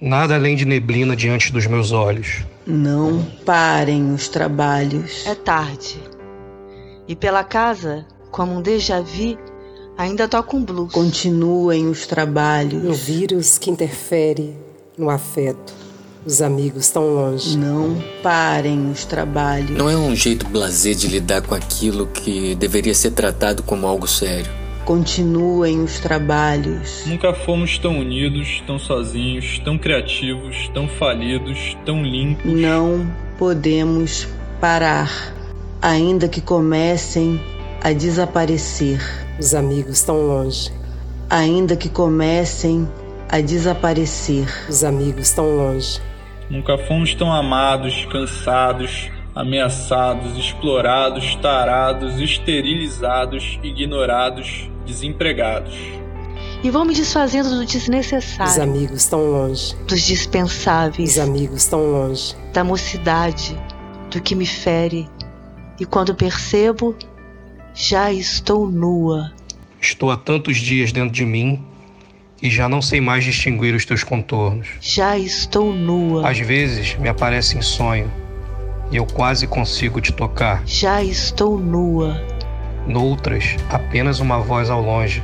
Nada além de neblina diante dos meus olhos. Não parem os trabalhos. É tarde. E pela casa, como um déjà vu, ainda toca um blues. Continuem os trabalhos. Um vírus que interfere no afeto. Os amigos tão longe. Não parem os trabalhos. Não é um jeito blasé de lidar com aquilo que deveria ser tratado como algo sério. Continuem os trabalhos. Nunca fomos tão unidos, tão sozinhos, tão criativos, tão falidos, tão limpos. Não podemos parar, ainda que comecem a desaparecer. Os amigos tão longe. Ainda que comecem a desaparecer. Os amigos tão longe. Nunca fomos tão amados, cansados, ameaçados, explorados, tarados, esterilizados, ignorados, desempregados. E vão me desfazendo do desnecessário. Os amigos tão longe. Dos dispensáveis. Os amigos tão longe. Da mocidade, do que me fere. E quando percebo, já estou nua. Estou há tantos dias dentro de mim e já não sei mais distinguir os teus contornos. Já estou nua. Às vezes me aparece em sonho e eu quase consigo te tocar. Já estou nua. Noutras, apenas uma voz ao longe,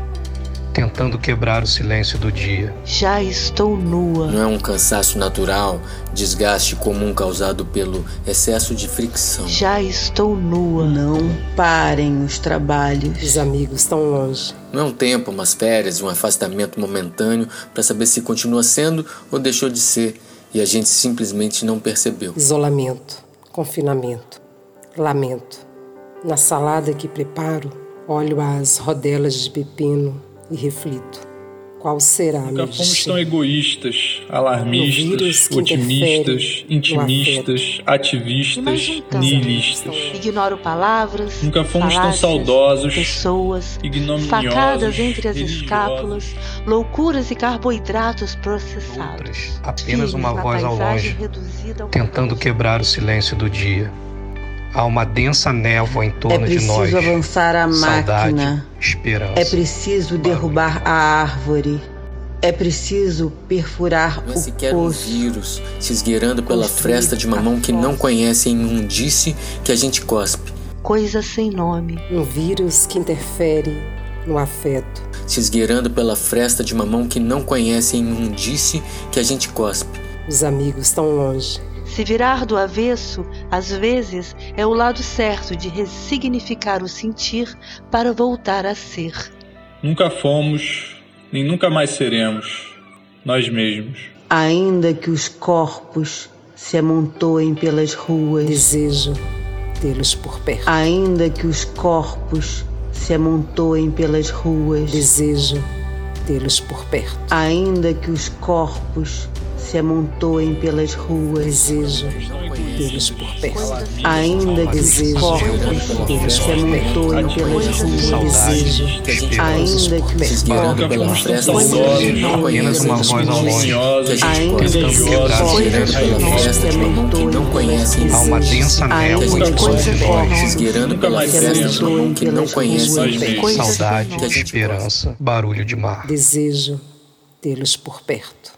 tentando quebrar o silêncio do dia. Já estou nua. Não é um cansaço natural, desgaste comum causado pelo excesso de fricção. Já estou nua. Não parem os trabalhos. Os amigos estão longe. Não é um tempo, umas férias, um afastamento momentâneo para saber se continua sendo ou deixou de ser e a gente simplesmente não percebeu. Isolamento, confinamento, lamento. Na salada que preparo, olho as rodelas de pepino e reflito. Qual será a Nunca fomos tão egoístas, alarmistas, otimistas, intimistas, ativistas, nihilistas. Ignoro palavras. Nunca fomos tão saudosos, pessoas, facadas entre as escápulas, loucuras e carboidratos processados. Outras, apenas uma voz ao longe, tentando quebrar o silêncio do dia. Há uma densa névoa em torno é de nós. É preciso avançar a Saudade, máquina. Esperança. É preciso derrubar a árvore. É preciso perfurar Não é o sequer um poço. vírus se esgueirando pela Construir fresta de uma mão que não conhece a imundice que a gente cospe. Coisa sem nome. Um vírus que interfere no afeto. Se esgueirando pela fresta de uma mão que não conhece a imundice que a gente cospe. Os amigos tão longe. Se virar do avesso, às vezes é o lado certo de ressignificar o sentir para voltar a ser. Nunca fomos, nem nunca mais seremos, nós mesmos. Ainda que os corpos se amontoem pelas ruas. Desejo tê-los por perto. Ainda que os corpos se amontoem pelas ruas. Desejo tê-los por perto. Ainda que os corpos se amontoem pelas ruas. Desejo tê-los por perto. Ainda que os Desejo corpos se amontoem pelas ruas. Desejo Que a gente Ainda que Se os esgueirando Nunca pela fomos tão fresta de uma mão saudosos, que não apenas conhece a uma voz ao imundice que longe. a gente Ainda cospe. que Se os esgueirando pela corpos fresta de uma mão que não conhece Há uma densa Ainda a imundice névoa em torno de nós. Nunca mais seremos. que a gente cospe. Se esgueirando pela fresta de uma mão Nunca mais que não conhece a Nós mesmos. imundice Coisa sem Saudade, nome. que a gente cospe. esperança, barulho de mar. Desejo tê-los por perto.